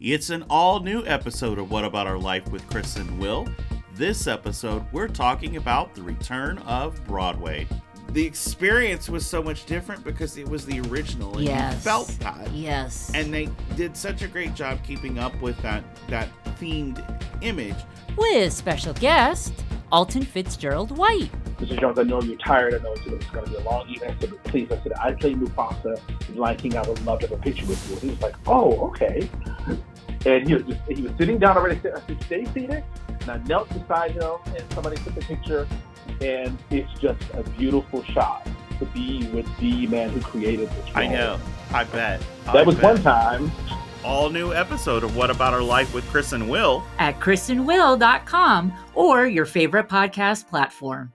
It's an all new episode of What About Our Life with Chris and Will. This episode, we're talking about the return of Broadway. The experience was so much different because it was the original and you Yes. felt that. Yes. And they did such a great job keeping up with that that themed image. with special guest, Alton Fitzgerald White. Mr. Jones, I know you're tired. I know it's, it's going to be a long evening. I said, please, I said, I play Mufasa. Lion King, I would love to have a picture with you. He was like, oh, okay. And he was just, he was sitting down already. I said, I said, stay seated. And I knelt beside him, and somebody took the picture. And it's just a beautiful shot to be with the man who created this. I role. know. I bet. That was one time. all new episode of What About Our Life with Chris and Will. at chrisandwill.com or your favorite podcast platform.